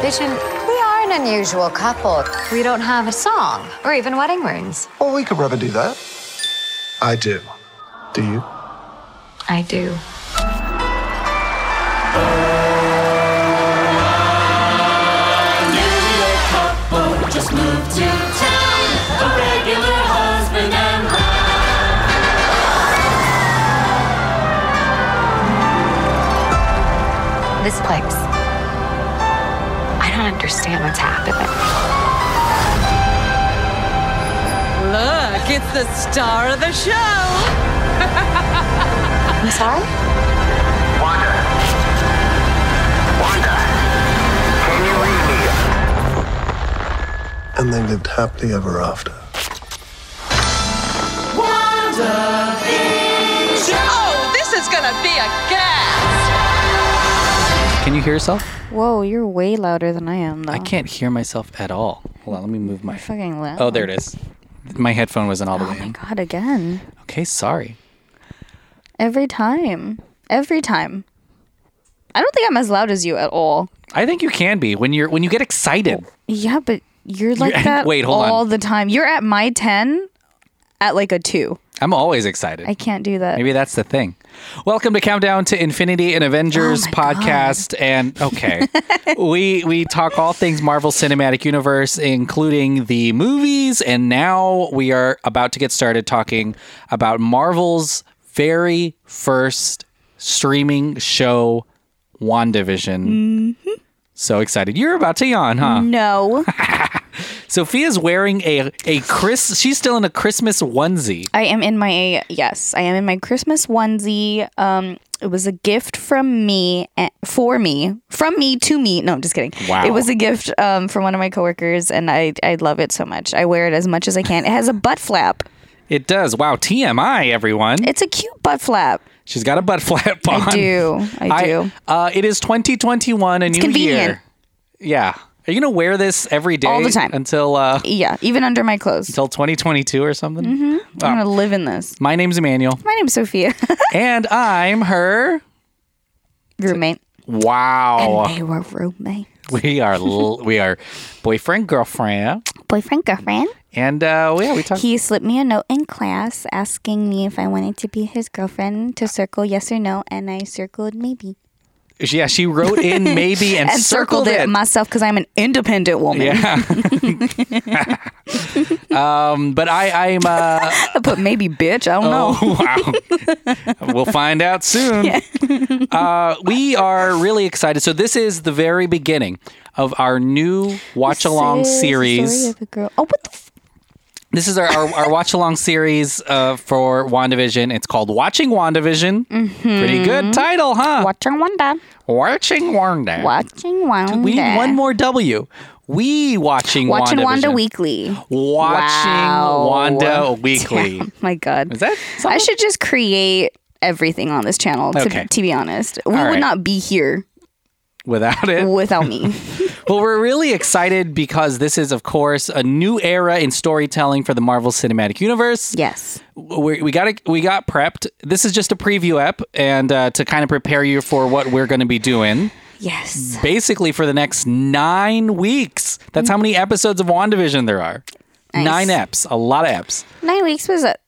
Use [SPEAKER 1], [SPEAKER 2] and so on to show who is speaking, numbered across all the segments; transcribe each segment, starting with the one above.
[SPEAKER 1] Vision, we are an unusual couple. We don't have a song or even wedding rings.
[SPEAKER 2] Well, we could rather do that. I do. Do you?
[SPEAKER 1] I do.
[SPEAKER 3] just moved to town. A regular husband and wife.
[SPEAKER 1] This place. I don't understand what's happening.
[SPEAKER 4] Look, it's the star of the show.
[SPEAKER 1] I'm sorry?
[SPEAKER 5] Wanda. Wanda. Can you read me?
[SPEAKER 2] And they lived happily ever after.
[SPEAKER 4] Oh, this is gonna be a gas.
[SPEAKER 6] Can you hear yourself?
[SPEAKER 7] Whoa, you're way louder than I am, though.
[SPEAKER 6] I can't hear myself at all. Hold on, let me move my.
[SPEAKER 7] Fucking loud.
[SPEAKER 6] Oh, there it is. My headphone wasn't all the way in.
[SPEAKER 7] God, again.
[SPEAKER 6] Okay, sorry.
[SPEAKER 7] Every time. Every time. I don't think I'm as loud as you at all.
[SPEAKER 6] I think you can be when you're when you get excited.
[SPEAKER 7] Yeah, but you're like
[SPEAKER 6] at-
[SPEAKER 7] that
[SPEAKER 6] wait, hold on.
[SPEAKER 7] all the time. You're at my 10 at like a 2.
[SPEAKER 6] I'm always excited.
[SPEAKER 7] I can't do that.
[SPEAKER 6] Maybe that's the thing. Welcome to Countdown to Infinity and Avengers
[SPEAKER 7] Oh my
[SPEAKER 6] podcast. And okay, we we talk all things Marvel Cinematic Universe, including the movies. And now we are about to get started talking about Marvel's very first streaming show, WandaVision.
[SPEAKER 7] Mm-hmm.
[SPEAKER 6] So excited. You're about to yawn, huh?
[SPEAKER 7] No,
[SPEAKER 6] Sophia's wearing a a Chris she's still in a Christmas onesie.
[SPEAKER 7] I am in my yes, I am in my Christmas onesie. Um, it was a gift from me eh, for me from me to me. No, I'm just kidding.
[SPEAKER 6] Wow.
[SPEAKER 7] it was a gift um from one of my coworkers, and I I love it so much. I wear it as much as I can. It has a butt flap.
[SPEAKER 6] It does. Wow, TMI everyone.
[SPEAKER 7] It's a cute butt flap.
[SPEAKER 6] She's got a butt flap on.
[SPEAKER 7] I do. I, do.
[SPEAKER 6] uh, it is 2021, a new
[SPEAKER 7] convenient.
[SPEAKER 6] year. Yeah. Are you gonna wear this every day
[SPEAKER 7] All the time.
[SPEAKER 6] until uh,
[SPEAKER 7] yeah, even under my clothes.
[SPEAKER 6] until 2022 or something?
[SPEAKER 7] Mm-hmm. I'm
[SPEAKER 6] Um,
[SPEAKER 7] gonna live in this.
[SPEAKER 6] My name's Emmanuel,
[SPEAKER 7] My name's Sophia.
[SPEAKER 6] and I'm her.
[SPEAKER 7] roommate.
[SPEAKER 6] Wow,
[SPEAKER 7] And they were roommate.
[SPEAKER 6] we are l- we are boyfriend girlfriend,
[SPEAKER 7] Boyfriend, girlfriend.
[SPEAKER 6] and uh, yeah, we talk.
[SPEAKER 7] He slipped me a note in class asking me if I wanted to be his girlfriend to circle yes or no, and I circled maybe.
[SPEAKER 6] yeah, she wrote in maybe and,
[SPEAKER 7] And circled, it, myself because I'm an independent woman.
[SPEAKER 6] yeah. um, but I I'm uh,
[SPEAKER 7] I put maybe bitch. I don't know.
[SPEAKER 6] Oh, wow. we'll find out soon. Uh, we are really excited. So, this is the very beginning of our new watch along
[SPEAKER 7] Says the story
[SPEAKER 6] series.
[SPEAKER 7] of a girl. Oh, what the f-
[SPEAKER 6] This is our, our, our watch along series uh, for WandaVision. It's called Watching WandaVision.
[SPEAKER 7] Mm-hmm.
[SPEAKER 6] Pretty good title, huh?
[SPEAKER 7] Watching Wanda.
[SPEAKER 6] Watching Wanda.
[SPEAKER 7] Watching Wanda.
[SPEAKER 6] We need one more W. We watching
[SPEAKER 7] Watching
[SPEAKER 6] WandaVision.
[SPEAKER 7] Wanda Weekly.
[SPEAKER 6] Watching
[SPEAKER 7] Wow.
[SPEAKER 6] Wanda Weekly.
[SPEAKER 7] Damn, my God.
[SPEAKER 6] Is that
[SPEAKER 7] I
[SPEAKER 6] something?
[SPEAKER 7] should just create everything on this channel, to,
[SPEAKER 6] Okay.
[SPEAKER 7] to be honest. We
[SPEAKER 6] All
[SPEAKER 7] would
[SPEAKER 6] right.
[SPEAKER 7] not be here
[SPEAKER 6] without it?
[SPEAKER 7] without me.
[SPEAKER 6] Well, we're really excited because this is, of course, a new era in storytelling for the Marvel Cinematic Universe.
[SPEAKER 7] yes.
[SPEAKER 6] We, we got we got prepped. This is just a preview ep, and uh, to kind of prepare you for what we're going to be doing,
[SPEAKER 7] Yes.
[SPEAKER 6] basically for the next nine weeks. That's how many episodes of Wandavision there are. Nine eps, a lot of eps.
[SPEAKER 7] Nine weeks was it?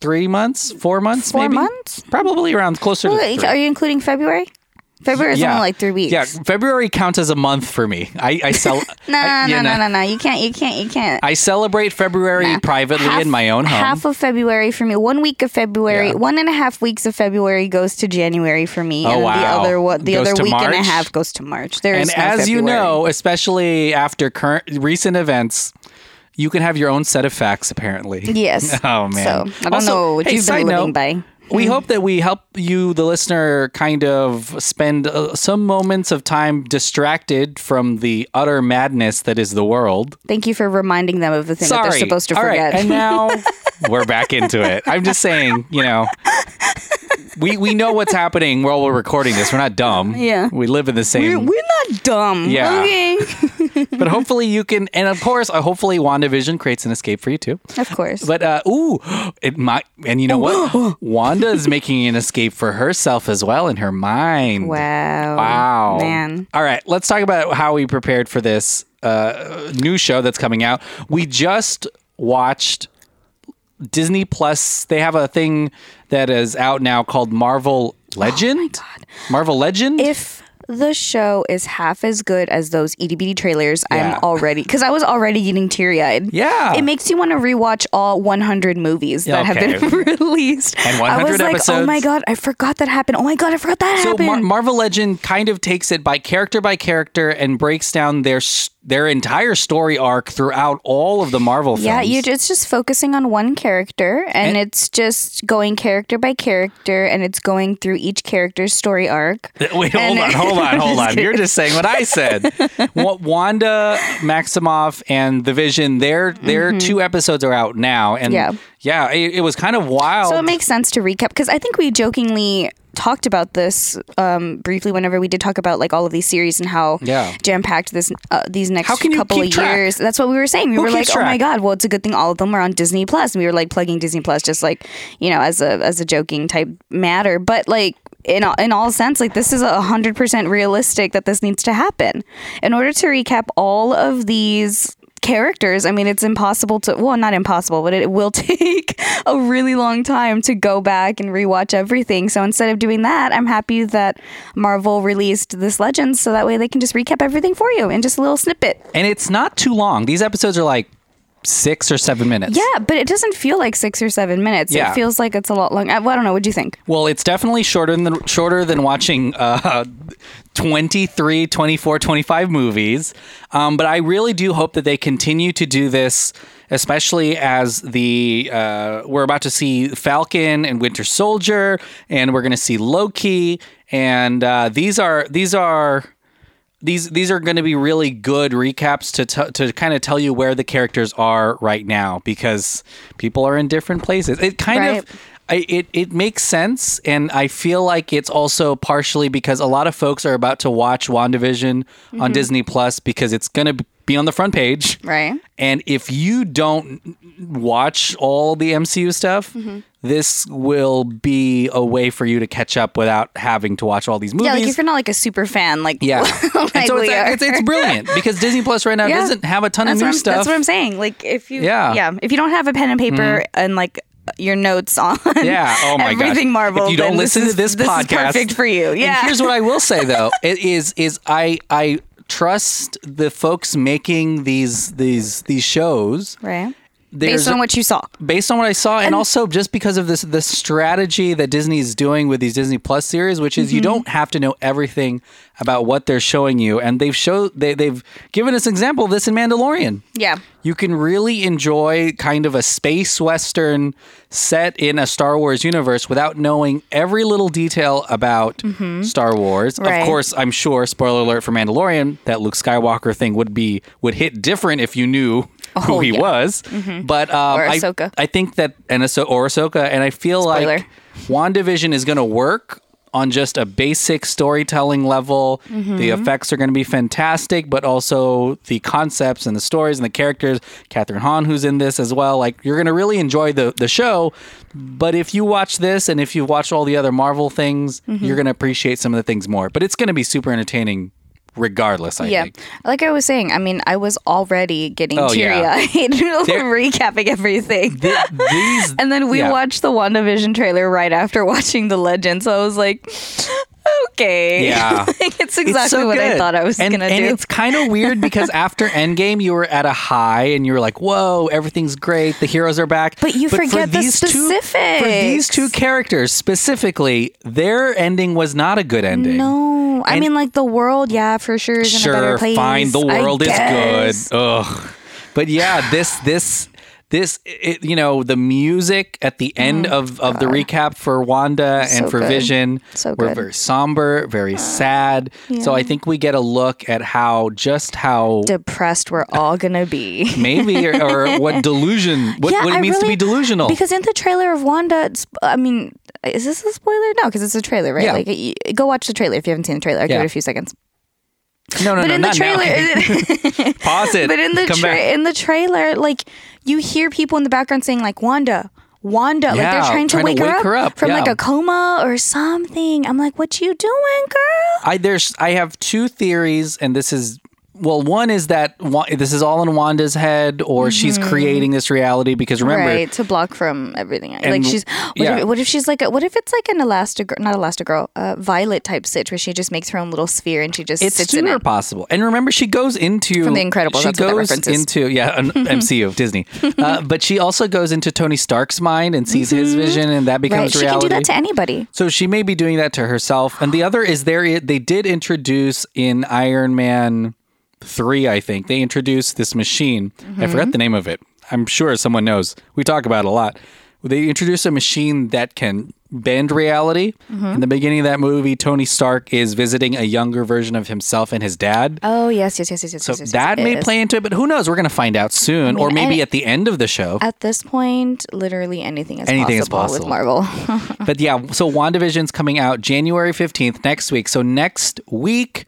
[SPEAKER 6] Three months, four months,
[SPEAKER 7] Four
[SPEAKER 6] maybe?
[SPEAKER 7] months?
[SPEAKER 6] probably around closer to.
[SPEAKER 7] Wait,
[SPEAKER 6] three.
[SPEAKER 7] are you including February? February is only like three weeks.
[SPEAKER 6] Yeah, February counts as a month for me. I, I sell.
[SPEAKER 7] No,
[SPEAKER 6] I, you
[SPEAKER 7] no,
[SPEAKER 6] know,
[SPEAKER 7] no, no, no. You can't. You can't. You can't.
[SPEAKER 6] I celebrate February privately in my own home.
[SPEAKER 7] Half of February for me. One week of February.
[SPEAKER 6] Yeah.
[SPEAKER 7] One and a half weeks of February goes to January for me.
[SPEAKER 6] Oh,
[SPEAKER 7] and
[SPEAKER 6] wow.
[SPEAKER 7] The other what? The
[SPEAKER 6] Goes
[SPEAKER 7] other
[SPEAKER 6] to
[SPEAKER 7] week and a
[SPEAKER 6] March?
[SPEAKER 7] half goes to March. There is
[SPEAKER 6] and
[SPEAKER 7] no
[SPEAKER 6] as you
[SPEAKER 7] February.
[SPEAKER 6] know, especially after current recent events, you can have your own set of facts. Apparently,
[SPEAKER 7] Yes.
[SPEAKER 6] Oh man.
[SPEAKER 7] So I don't
[SPEAKER 6] Also,
[SPEAKER 7] know what
[SPEAKER 6] hey,
[SPEAKER 7] you've been
[SPEAKER 6] side
[SPEAKER 7] living
[SPEAKER 6] note,
[SPEAKER 7] by. Mm.
[SPEAKER 6] We hope that we help you, the listener, kind of spend uh, some moments of time distracted from the utter madness that is the world.
[SPEAKER 7] Thank you for reminding them of the thing
[SPEAKER 6] Sorry.
[SPEAKER 7] that they're supposed to
[SPEAKER 6] All right,
[SPEAKER 7] forget.
[SPEAKER 6] And now we're back into it. I'm just saying, you know, we we know what's happening while we're recording this. We're not dumb.
[SPEAKER 7] Yeah.
[SPEAKER 6] We live in the same.
[SPEAKER 7] we're, we're not dumb.
[SPEAKER 6] Yeah.
[SPEAKER 7] Okay.
[SPEAKER 6] but hopefully you can, and of course, uh, hopefully WandaVision creates an escape for you too.
[SPEAKER 7] Of course.
[SPEAKER 6] But uh, ooh, it might, and you know what? Wanda is making an escape for herself as well in her mind.
[SPEAKER 7] wow.
[SPEAKER 6] Wow.
[SPEAKER 7] Man.
[SPEAKER 6] All right, let's talk about how we prepared for this uh, new show that's coming out. We just watched Disney Plus. They have a thing that is out now called Marvel Legend. Marvel Legend?
[SPEAKER 7] Oh If the show is half as good as those itty bitty trailers,
[SPEAKER 6] Yeah.
[SPEAKER 7] I'm already because I was already getting teary eyed.
[SPEAKER 6] Yeah.
[SPEAKER 7] it makes you want to rewatch all 100 movies that have been released.
[SPEAKER 6] And
[SPEAKER 7] I
[SPEAKER 6] 100
[SPEAKER 7] was like, oh
[SPEAKER 6] episodes.
[SPEAKER 7] my god, I forgot that happened. Oh my god, I forgot that
[SPEAKER 6] so
[SPEAKER 7] happened.
[SPEAKER 6] Mar- Marvel Legend kind of takes it by character by character and breaks down their s- their entire story arc throughout all of the Marvel films.
[SPEAKER 7] yeah, you, it's just focusing on one character, and,
[SPEAKER 6] And-
[SPEAKER 7] it's just going character by character, and it's going through each character's story arc.
[SPEAKER 6] Wait, hold
[SPEAKER 7] And-
[SPEAKER 6] on, hold on, hold on. You're just saying what I said. Wa- Wanda Maximoff and the Vision, their their two episodes are out now, and
[SPEAKER 7] Mm-hmm. Yeah.
[SPEAKER 6] yeah, it, it was kind of wild.
[SPEAKER 7] So it makes sense to recap because I think we jokingly talked about this um, briefly whenever we did talk about like all of these series and how
[SPEAKER 6] Yeah.
[SPEAKER 7] jam packed this uh, these next
[SPEAKER 6] How can you
[SPEAKER 7] couple
[SPEAKER 6] keep
[SPEAKER 7] of
[SPEAKER 6] track?
[SPEAKER 7] years. That's what we were saying. We
[SPEAKER 6] Who
[SPEAKER 7] were like,
[SPEAKER 6] keeps
[SPEAKER 7] oh my
[SPEAKER 6] track?
[SPEAKER 7] god, well it's a good thing all of them are on Disney Plus, and we were like plugging Disney Plus just like you know as a as a joking type matter, but like. In all, in all sense, like this is a hundred percent realistic that this needs to happen. In order to recap all of these characters. I mean, it's impossible to, well, not impossible, but it, will take a really long time to go back and rewatch everything. So instead of doing that, I'm happy that Marvel released this Legends so that way they can just recap everything for you in just a little snippet.
[SPEAKER 6] and it's not too long. These episodes are like six or seven minutes.
[SPEAKER 7] Yeah, but it doesn't feel like six or seven minutes.
[SPEAKER 6] Yeah.
[SPEAKER 7] It feels like it's a lot long. I, well, I don't know. What do you think?
[SPEAKER 6] Well, it's definitely shorter than shorter than watching uh 23, 24, 25 movies. Um, but I really do hope that they continue to do this especially as the uh, we're about to see Falcon and Winter Soldier and we're going to see Loki and uh, these are these are these these are going to be really good recaps to t- to kind of tell you where the characters are right now because people are in different places. It kind
[SPEAKER 7] Right.
[SPEAKER 6] of I, it it makes sense, and I feel like it's also partially because a lot of folks are about to watch WandaVision on Disney Plus because it's going to be on the front page,
[SPEAKER 7] Mm-hmm. Right.
[SPEAKER 6] and if you don't watch all the MCU stuff,
[SPEAKER 7] Mm-hmm.
[SPEAKER 6] this will be a way for you to catch up without having to watch all these movies.
[SPEAKER 7] Yeah, like if you're not like a super fan, like,
[SPEAKER 6] Yeah. and
[SPEAKER 7] like
[SPEAKER 6] so
[SPEAKER 7] we
[SPEAKER 6] it's,
[SPEAKER 7] are.
[SPEAKER 6] it's, it's brilliant because Disney Plus right now
[SPEAKER 7] Yeah.
[SPEAKER 6] doesn't have a ton
[SPEAKER 7] that's
[SPEAKER 6] of
[SPEAKER 7] what
[SPEAKER 6] new
[SPEAKER 7] I'm-
[SPEAKER 6] stuff.
[SPEAKER 7] That's what I'm saying. Like if you
[SPEAKER 6] Yeah. Mm-hmm.
[SPEAKER 7] yeah, if you don't have a pen and paper and like your notes on
[SPEAKER 6] yeah. Oh my gosh.
[SPEAKER 7] everything Marvel,
[SPEAKER 6] If you don't
[SPEAKER 7] then
[SPEAKER 6] listen
[SPEAKER 7] is-
[SPEAKER 6] to this, podcast,
[SPEAKER 7] is perfect for you.
[SPEAKER 6] And
[SPEAKER 7] Yeah.
[SPEAKER 6] here's what I will say though: it is is I I trust the folks making these these these shows.
[SPEAKER 7] right.
[SPEAKER 6] There's-
[SPEAKER 7] Based on what you saw.
[SPEAKER 6] based on what I saw, and, also just because of this the strategy that Disney's doing with these Disney Plus series, which is you
[SPEAKER 7] Mm-hmm.
[SPEAKER 6] don't have to know everything about what they're showing you, and they've show they they've given us an example of this in Mandalorian.
[SPEAKER 7] Yeah.
[SPEAKER 6] You can really enjoy kind of a space western set in a Star Wars universe without knowing every little detail about Star Wars.
[SPEAKER 7] Mm-hmm. Right.
[SPEAKER 6] Of course, I'm sure spoiler alert for Mandalorian that Luke Skywalker thing would be would hit different if you knew who
[SPEAKER 7] Oh,
[SPEAKER 6] he
[SPEAKER 7] yeah. Mm-hmm.
[SPEAKER 6] was. But um,
[SPEAKER 7] Or
[SPEAKER 6] I-
[SPEAKER 7] Ahsoka.
[SPEAKER 6] I, think that and Ahso- or Ahsoka, and I feel
[SPEAKER 7] Spoiler.
[SPEAKER 6] like WandaVision is going to work on just a basic storytelling level. The
[SPEAKER 7] Mm-hmm.
[SPEAKER 6] effects are going to be fantastic, but also the concepts and the stories and the characters. Catherine Hahn, who's in this as well, like you're going to really enjoy the the show. But if you watch this and if you watch all the other Marvel things,
[SPEAKER 7] Mm-hmm.
[SPEAKER 6] you're going to appreciate some of the things more. But it's going to be super entertaining, regardless. I
[SPEAKER 7] Yeah.
[SPEAKER 6] think.
[SPEAKER 7] Like I was saying, I mean, I was already getting
[SPEAKER 6] Oh,
[SPEAKER 7] teary
[SPEAKER 6] yeah.
[SPEAKER 7] eyed
[SPEAKER 6] There-
[SPEAKER 7] recapping everything.
[SPEAKER 6] Th- these
[SPEAKER 7] and then we
[SPEAKER 6] yeah.
[SPEAKER 7] watched the WandaVision trailer right after watching The Legend. So I was like, okay.
[SPEAKER 6] Yeah.
[SPEAKER 7] Like, it's
[SPEAKER 6] It's
[SPEAKER 7] exactly
[SPEAKER 6] so
[SPEAKER 7] what I
[SPEAKER 6] good.
[SPEAKER 7] thought I was
[SPEAKER 6] and,
[SPEAKER 7] going to do.
[SPEAKER 6] and it's kind of weird because after Endgame, you were at a high and you were like, "Whoa, everything's great. The heroes are back."
[SPEAKER 7] But you
[SPEAKER 6] for
[SPEAKER 7] forget the
[SPEAKER 6] Two, for
[SPEAKER 7] specifics.
[SPEAKER 6] these two characters specifically, their ending was not a good ending.
[SPEAKER 7] No, I
[SPEAKER 6] And-
[SPEAKER 7] mean like the world, yeah, for sure is in a better
[SPEAKER 6] sure,
[SPEAKER 7] place.
[SPEAKER 6] fine. The
[SPEAKER 7] I
[SPEAKER 6] world is
[SPEAKER 7] guess.
[SPEAKER 6] good. Ugh. But yeah, this this this it, you know the music at the end of of the recap for Wanda and
[SPEAKER 7] Oh So
[SPEAKER 6] for
[SPEAKER 7] good.
[SPEAKER 6] Vision
[SPEAKER 7] So
[SPEAKER 6] were
[SPEAKER 7] good.
[SPEAKER 6] very somber, very sad. So I think we get a look at how just how
[SPEAKER 7] Depressed, we're all gonna be.
[SPEAKER 6] maybe or, or what delusion what, what it
[SPEAKER 7] I
[SPEAKER 6] means to
[SPEAKER 7] really-
[SPEAKER 6] be delusional
[SPEAKER 7] Because in the trailer of Wanda, it's, I mean, is this a spoiler? No, because it's a trailer, right?
[SPEAKER 6] Yeah.
[SPEAKER 7] Like, y- go watch the trailer if you haven't seen the trailer. I'll
[SPEAKER 6] Yeah.
[SPEAKER 7] Give it a few seconds.
[SPEAKER 6] No, no,
[SPEAKER 7] but
[SPEAKER 6] no,
[SPEAKER 7] in the
[SPEAKER 6] not now.
[SPEAKER 7] trailer,
[SPEAKER 6] Pause it.
[SPEAKER 7] but in the
[SPEAKER 6] Come
[SPEAKER 7] tra-
[SPEAKER 6] back.
[SPEAKER 7] in the trailer, like you hear people in the background saying like Wanda, Wanda, like
[SPEAKER 6] Yeah,
[SPEAKER 7] they're trying to,
[SPEAKER 6] trying to
[SPEAKER 7] wake, her,
[SPEAKER 6] wake
[SPEAKER 7] up
[SPEAKER 6] her up,
[SPEAKER 7] from
[SPEAKER 6] yeah.
[SPEAKER 7] like a coma or something. I'm like, what you doing, girl?
[SPEAKER 6] I there's I have two theories, and this is well, one is that Wa- this is all in Wanda's head, or she's creating this reality because remember,
[SPEAKER 7] Mm-hmm. right to block from everything. like
[SPEAKER 6] And-
[SPEAKER 7] she's what,
[SPEAKER 6] yeah.
[SPEAKER 7] if, what if she's like a, what if it's like an Elastigirl, not Elastigirl, uh, Violet type sitch where she just makes her own little sphere and she just
[SPEAKER 6] it's
[SPEAKER 7] sits in
[SPEAKER 6] super
[SPEAKER 7] it.
[SPEAKER 6] possible. And remember, she goes into
[SPEAKER 7] From The Incredibles,
[SPEAKER 6] She
[SPEAKER 7] that's what that
[SPEAKER 6] goes
[SPEAKER 7] reference is.
[SPEAKER 6] into yeah, an MCU Disney, uh, but she also goes into Tony Stark's mind and sees his vision, and
[SPEAKER 7] Mm-hmm. Right,
[SPEAKER 6] that becomes
[SPEAKER 7] she can
[SPEAKER 6] reality.
[SPEAKER 7] do that to anybody.
[SPEAKER 6] So she may be doing that to herself. And the other is there they did introduce in Iron Man 3, I think. They introduced this machine. I forgot the name of it. I'm sure someone knows. We talk about it a lot. They introduced a machine that can bend reality. In the beginning of that movie, Tony Stark is visiting a younger version of himself and his dad.
[SPEAKER 7] Oh yes, yes, yes, yes, yes.
[SPEAKER 6] so
[SPEAKER 7] yes, yes,
[SPEAKER 6] that
[SPEAKER 7] it
[SPEAKER 6] may
[SPEAKER 7] is.
[SPEAKER 6] play into it, but who knows? We're going to find out soon or
[SPEAKER 7] mean,
[SPEAKER 6] maybe
[SPEAKER 7] and-
[SPEAKER 6] at the end of the show.
[SPEAKER 7] At this point, literally anything is
[SPEAKER 6] Anything is
[SPEAKER 7] possible,
[SPEAKER 6] possible.
[SPEAKER 7] with Marvel.
[SPEAKER 6] But yeah, so WandaVision's coming out January 15th next week. So next week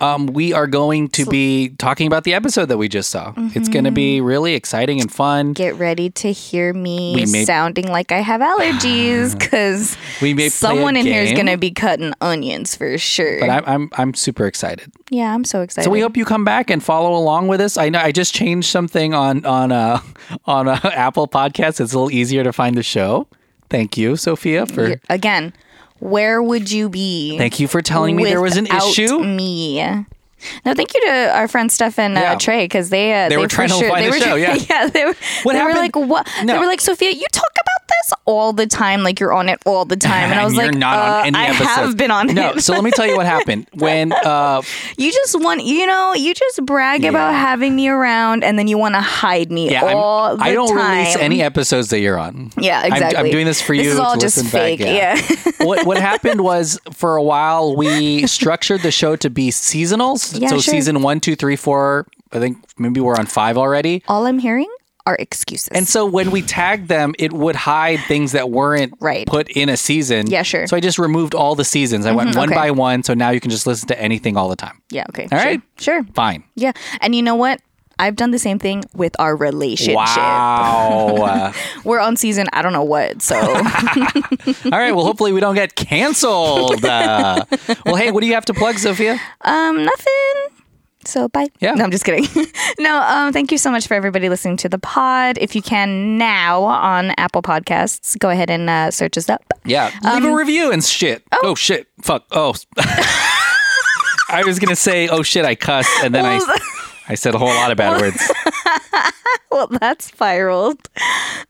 [SPEAKER 6] um we are going to be talking about the episode that we just saw. It's going to be
[SPEAKER 7] Mm-hmm.
[SPEAKER 6] really exciting and fun.
[SPEAKER 7] get ready to hear me
[SPEAKER 6] We may-
[SPEAKER 7] sounding like I have allergies because
[SPEAKER 6] We may play a
[SPEAKER 7] someone in here is
[SPEAKER 6] game.
[SPEAKER 7] going to be cutting onions for sure.
[SPEAKER 6] But I'm I'm I'm super excited.
[SPEAKER 7] yeah, I'm so excited.
[SPEAKER 6] So we hope you come back and follow along with us. I know I just changed something on on uh on uh, Apple Podcasts. It's a little easier to find the show. Thank you, Sophia, for
[SPEAKER 7] You're- again. Where would you be?
[SPEAKER 6] Thank you for telling me there was an
[SPEAKER 7] without
[SPEAKER 6] issue.
[SPEAKER 7] Me. No, thank you to our friends Stefan and
[SPEAKER 6] Yeah.
[SPEAKER 7] uh, Trey because they uh,
[SPEAKER 6] They were
[SPEAKER 7] for
[SPEAKER 6] trying to
[SPEAKER 7] sure,
[SPEAKER 6] find
[SPEAKER 7] they
[SPEAKER 6] the
[SPEAKER 7] were,
[SPEAKER 6] show, yeah.
[SPEAKER 7] they were.
[SPEAKER 6] What
[SPEAKER 7] they
[SPEAKER 6] happened?
[SPEAKER 7] were like, what?
[SPEAKER 6] No.
[SPEAKER 7] They were like, Sophia, you talk about this all the time. Like you're on it all the time, and I was
[SPEAKER 6] you're
[SPEAKER 7] like,
[SPEAKER 6] not
[SPEAKER 7] uh,
[SPEAKER 6] on any
[SPEAKER 7] I
[SPEAKER 6] episodes.
[SPEAKER 7] have been on
[SPEAKER 6] No,
[SPEAKER 7] it.
[SPEAKER 6] so let me tell you what happened. When uh
[SPEAKER 7] You just want, you know, you just brag about having me around, and then you want to hide me
[SPEAKER 6] Yeah, I'm-
[SPEAKER 7] all the
[SPEAKER 6] I don't
[SPEAKER 7] time.
[SPEAKER 6] release any episodes that you're on.
[SPEAKER 7] Yeah,
[SPEAKER 6] I'm- I'm,
[SPEAKER 7] exactly.
[SPEAKER 6] doing this for you.
[SPEAKER 7] This is all
[SPEAKER 6] to
[SPEAKER 7] just
[SPEAKER 6] listen back,
[SPEAKER 7] fake, yeah.
[SPEAKER 6] what what happened was for a while we structured the show to be seasonal. S-
[SPEAKER 7] Yeah,
[SPEAKER 6] so
[SPEAKER 7] sure.
[SPEAKER 6] season one, two, three, four. I think maybe we're on five already.
[SPEAKER 7] All I'm hearing are excuses.
[SPEAKER 6] And so when we tagged them, it would hide things that weren't
[SPEAKER 7] Right.
[SPEAKER 6] put in a season.
[SPEAKER 7] Yeah, sure. Mm-hmm,
[SPEAKER 6] So I just removed all the seasons. I went one
[SPEAKER 7] okay.
[SPEAKER 6] by one. So now you can just listen to anything all the time.
[SPEAKER 7] yeah, okay,
[SPEAKER 6] All
[SPEAKER 7] sure,
[SPEAKER 6] right.
[SPEAKER 7] sure,
[SPEAKER 6] Fine.
[SPEAKER 7] yeah. And you know what? I've done the same thing with our relationship.
[SPEAKER 6] Wow. Uh,
[SPEAKER 7] We're on season, I don't know what. So
[SPEAKER 6] all right. Well, hopefully we don't get canceled. Uh, well, hey, what do you have to plug, Sophia?
[SPEAKER 7] um, nothing. So bye.
[SPEAKER 6] Yeah.
[SPEAKER 7] No, I'm just kidding. no, um, thank you so much for everybody listening to the pod. If you can now on Apple Podcasts, go ahead and uh, search us up.
[SPEAKER 6] Yeah, leave a review and shit. Oh, shit, fuck. Oh, I was gonna say, oh shit, I cussed, and then I, I said a whole lot of bad words.
[SPEAKER 7] well, that spiraled.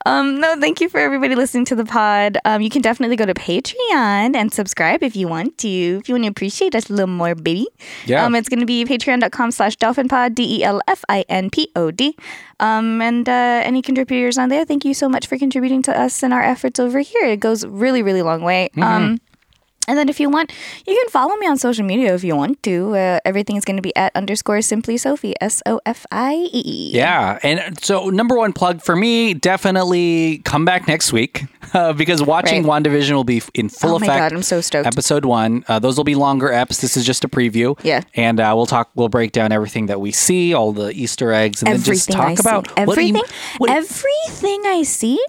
[SPEAKER 7] Um, no, thank you for everybody listening to the pod. Um, you can definitely go to Patreon and subscribe if you want to. If you want to appreciate us a little more, baby.
[SPEAKER 6] Yeah.
[SPEAKER 7] Um, it's going to be patreon.com slash dolphinpod, E D-E-L-F-I-N-P-O-D. Um, and uh, any contributors on there, thank you so much for contributing to us and our efforts over here. It goes really, really long way. Um, and then if you want, you can follow me on social media if you want to. Uh, everything is going to be at underscore simply Sophie, S-O-F-I-E.
[SPEAKER 6] Yeah, and so number one plug for me, definitely come back next week uh, because watching
[SPEAKER 7] Right.
[SPEAKER 6] WandaVision will be f- in full
[SPEAKER 7] Oh my
[SPEAKER 6] effect.
[SPEAKER 7] God, I'm so stoked.
[SPEAKER 6] Episode one, uh, those will be longer eps. This is just a preview.
[SPEAKER 7] Yeah.
[SPEAKER 6] and uh, we'll talk. We'll break down everything that we see, all the Easter eggs, and then just
[SPEAKER 7] everything
[SPEAKER 6] talk
[SPEAKER 7] I
[SPEAKER 6] about
[SPEAKER 7] see.
[SPEAKER 6] what em-
[SPEAKER 7] everything.
[SPEAKER 6] what-
[SPEAKER 7] everything I see,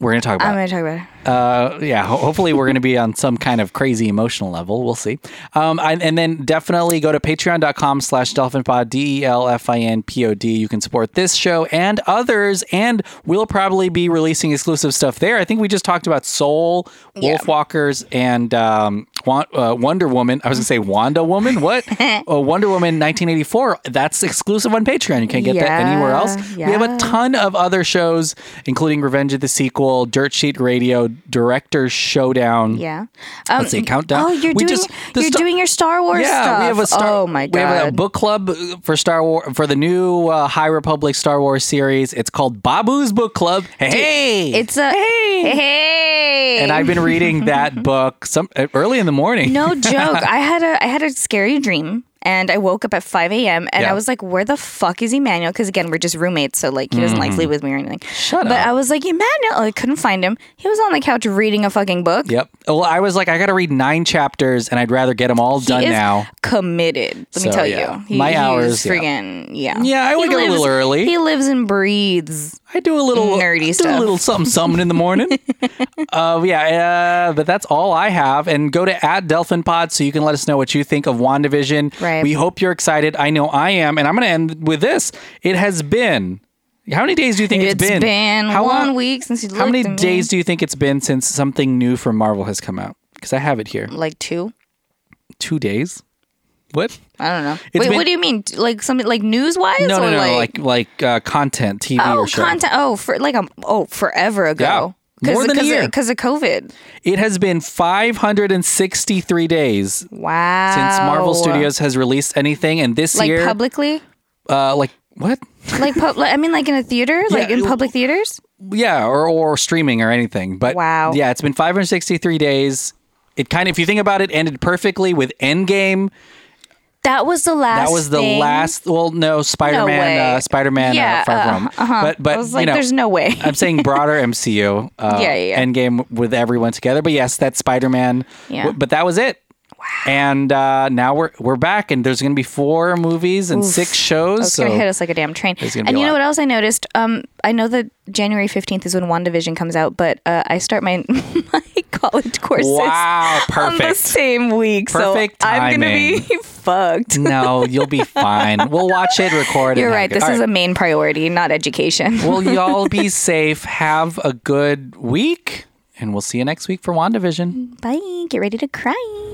[SPEAKER 6] we're gonna talk about.
[SPEAKER 7] I'm gonna talk about. It.
[SPEAKER 6] uh, yeah, ho- hopefully we're going to be on some kind of crazy emotional level. We'll see. Um, I, and then definitely go to patreon.com slash dolphinpod, E D-E-L-F-I-N-P-O-D. You can support this show and others, and we'll probably be releasing exclusive stuff there. I think we just talked about Soul, Wolfwalkers, and um, Wan- uh, Wonder Woman. I was going to say Wanda Woman. What? oh, Wonder Woman 1984. That's exclusive on Patreon. You can't get that anywhere else.
[SPEAKER 7] Yeah,
[SPEAKER 6] We have a
[SPEAKER 7] yeah.
[SPEAKER 6] ton of other shows, including Revenge of the Sequel, Dirt Sheet Radio, Director's Showdown.
[SPEAKER 7] Yeah. Um,
[SPEAKER 6] Let's see, countdown.
[SPEAKER 7] Oh, you're
[SPEAKER 6] We
[SPEAKER 7] doing
[SPEAKER 6] just- the
[SPEAKER 7] you're
[SPEAKER 6] sta-
[SPEAKER 7] doing your Star Wars
[SPEAKER 6] yeah,
[SPEAKER 7] stuff.
[SPEAKER 6] we have a star.
[SPEAKER 7] Oh my god.
[SPEAKER 6] We have a book club uh, for Star War for the new uh, High Republic Star Wars series. It's called Babu's Book Club. Hey,
[SPEAKER 7] It's a hey. hey.
[SPEAKER 6] and I've been reading that book some uh, early in the morning.
[SPEAKER 7] no joke. I had a I had a scary dream And I woke up at 5 a.m. and
[SPEAKER 6] Yeah.
[SPEAKER 7] I was like, where the fuck is Emmanuel? Because again, we're just roommates. So like, he doesn't like sleep with me or anything. Shut but
[SPEAKER 6] Mm-hmm. up.
[SPEAKER 7] I was like, Emmanuel. I couldn't find him. He was on the couch reading a fucking book.
[SPEAKER 6] Yep. Well, I was like, I got to read nine chapters, and I'd rather get them all done
[SPEAKER 7] he is
[SPEAKER 6] now.
[SPEAKER 7] Committed. Let
[SPEAKER 6] So,
[SPEAKER 7] me tell
[SPEAKER 6] yeah.
[SPEAKER 7] you. He,
[SPEAKER 6] My
[SPEAKER 7] he
[SPEAKER 6] hours,
[SPEAKER 7] Is
[SPEAKER 6] yeah.
[SPEAKER 7] freaking yeah.
[SPEAKER 6] Yeah, I
[SPEAKER 7] He
[SPEAKER 6] wake up a little early.
[SPEAKER 7] He lives and breathes.
[SPEAKER 6] I do a little
[SPEAKER 7] Nerdy
[SPEAKER 6] I do
[SPEAKER 7] stuff.
[SPEAKER 6] a little something something in the morning. uh, yeah, uh, but that's all I have. And go to at Delphin Pod so you can let us know what you think of Wandavision.
[SPEAKER 7] Right.
[SPEAKER 6] We hope you're excited. I know I am, and I'm going to end with this. It has been. How many days do you think
[SPEAKER 7] It's
[SPEAKER 6] been?
[SPEAKER 7] been
[SPEAKER 6] How
[SPEAKER 7] one
[SPEAKER 6] long-
[SPEAKER 7] week since you
[SPEAKER 6] How
[SPEAKER 7] looked
[SPEAKER 6] many
[SPEAKER 7] at me.
[SPEAKER 6] days do you think it's been since something new from Marvel has come out? Because I have it here.
[SPEAKER 7] Like two.
[SPEAKER 6] Two days. What?
[SPEAKER 7] I don't know.
[SPEAKER 6] It's
[SPEAKER 7] Wait,
[SPEAKER 6] been-
[SPEAKER 7] what do you mean? Like something like news wise?
[SPEAKER 6] No,
[SPEAKER 7] or
[SPEAKER 6] no, no,
[SPEAKER 7] like,
[SPEAKER 6] like like uh, content, TV
[SPEAKER 7] oh
[SPEAKER 6] or show.
[SPEAKER 7] content. Oh, for like um, oh forever ago.
[SPEAKER 6] Yeah. More than a year.
[SPEAKER 7] because of COVID.
[SPEAKER 6] It has been 563 days
[SPEAKER 7] Wow.
[SPEAKER 6] since Marvel Studios has released anything, and this
[SPEAKER 7] like
[SPEAKER 6] year,
[SPEAKER 7] publicly,
[SPEAKER 6] uh, like what?
[SPEAKER 7] like pub- like- I mean, like in a theater, like in
[SPEAKER 6] it-
[SPEAKER 7] public theaters.
[SPEAKER 6] Yeah, or or streaming or anything. But
[SPEAKER 7] Wow.
[SPEAKER 6] yeah, it's been 563 days. It kind of, if you think about it, ended perfectly with Endgame.
[SPEAKER 7] That was the last.
[SPEAKER 6] That was the
[SPEAKER 7] thing.
[SPEAKER 6] last. Well, no, Spider Man,
[SPEAKER 7] way.
[SPEAKER 6] uh, Spider Man,
[SPEAKER 7] Yeah,
[SPEAKER 6] uh, Far
[SPEAKER 7] uh,
[SPEAKER 6] From. But but
[SPEAKER 7] I was like,
[SPEAKER 6] you know,
[SPEAKER 7] there's no way.
[SPEAKER 6] I'm saying broader MCU. Uh,
[SPEAKER 7] Yeah, yeah, yeah.
[SPEAKER 6] Endgame with everyone together. But yes, that's Spider Man.
[SPEAKER 7] Yeah.
[SPEAKER 6] But that was it. Wow. And uh, now we're we're back, and there's going to be four movies and six shows.
[SPEAKER 7] It's
[SPEAKER 6] so
[SPEAKER 7] gonna hit us like a damn train.
[SPEAKER 6] gonna
[SPEAKER 7] and
[SPEAKER 6] be a
[SPEAKER 7] you know
[SPEAKER 6] lot.
[SPEAKER 7] what else I noticed? Um, I know that January fifteenth is when WandaVision comes out, but uh, I start my my college courses
[SPEAKER 6] Wow,
[SPEAKER 7] on the
[SPEAKER 6] perfect.
[SPEAKER 7] same week,
[SPEAKER 6] Perfect
[SPEAKER 7] so I'm gonna be fucked.
[SPEAKER 6] no, you'll be fine. We'll watch it, record it.
[SPEAKER 7] You're
[SPEAKER 6] and have
[SPEAKER 7] right.
[SPEAKER 6] it.
[SPEAKER 7] This
[SPEAKER 6] All
[SPEAKER 7] is
[SPEAKER 6] right.
[SPEAKER 7] a main priority, not education.
[SPEAKER 6] well, y'all be safe. Have a good week, and we'll see you next week for WandaVision.
[SPEAKER 7] Bye. Get ready to cry.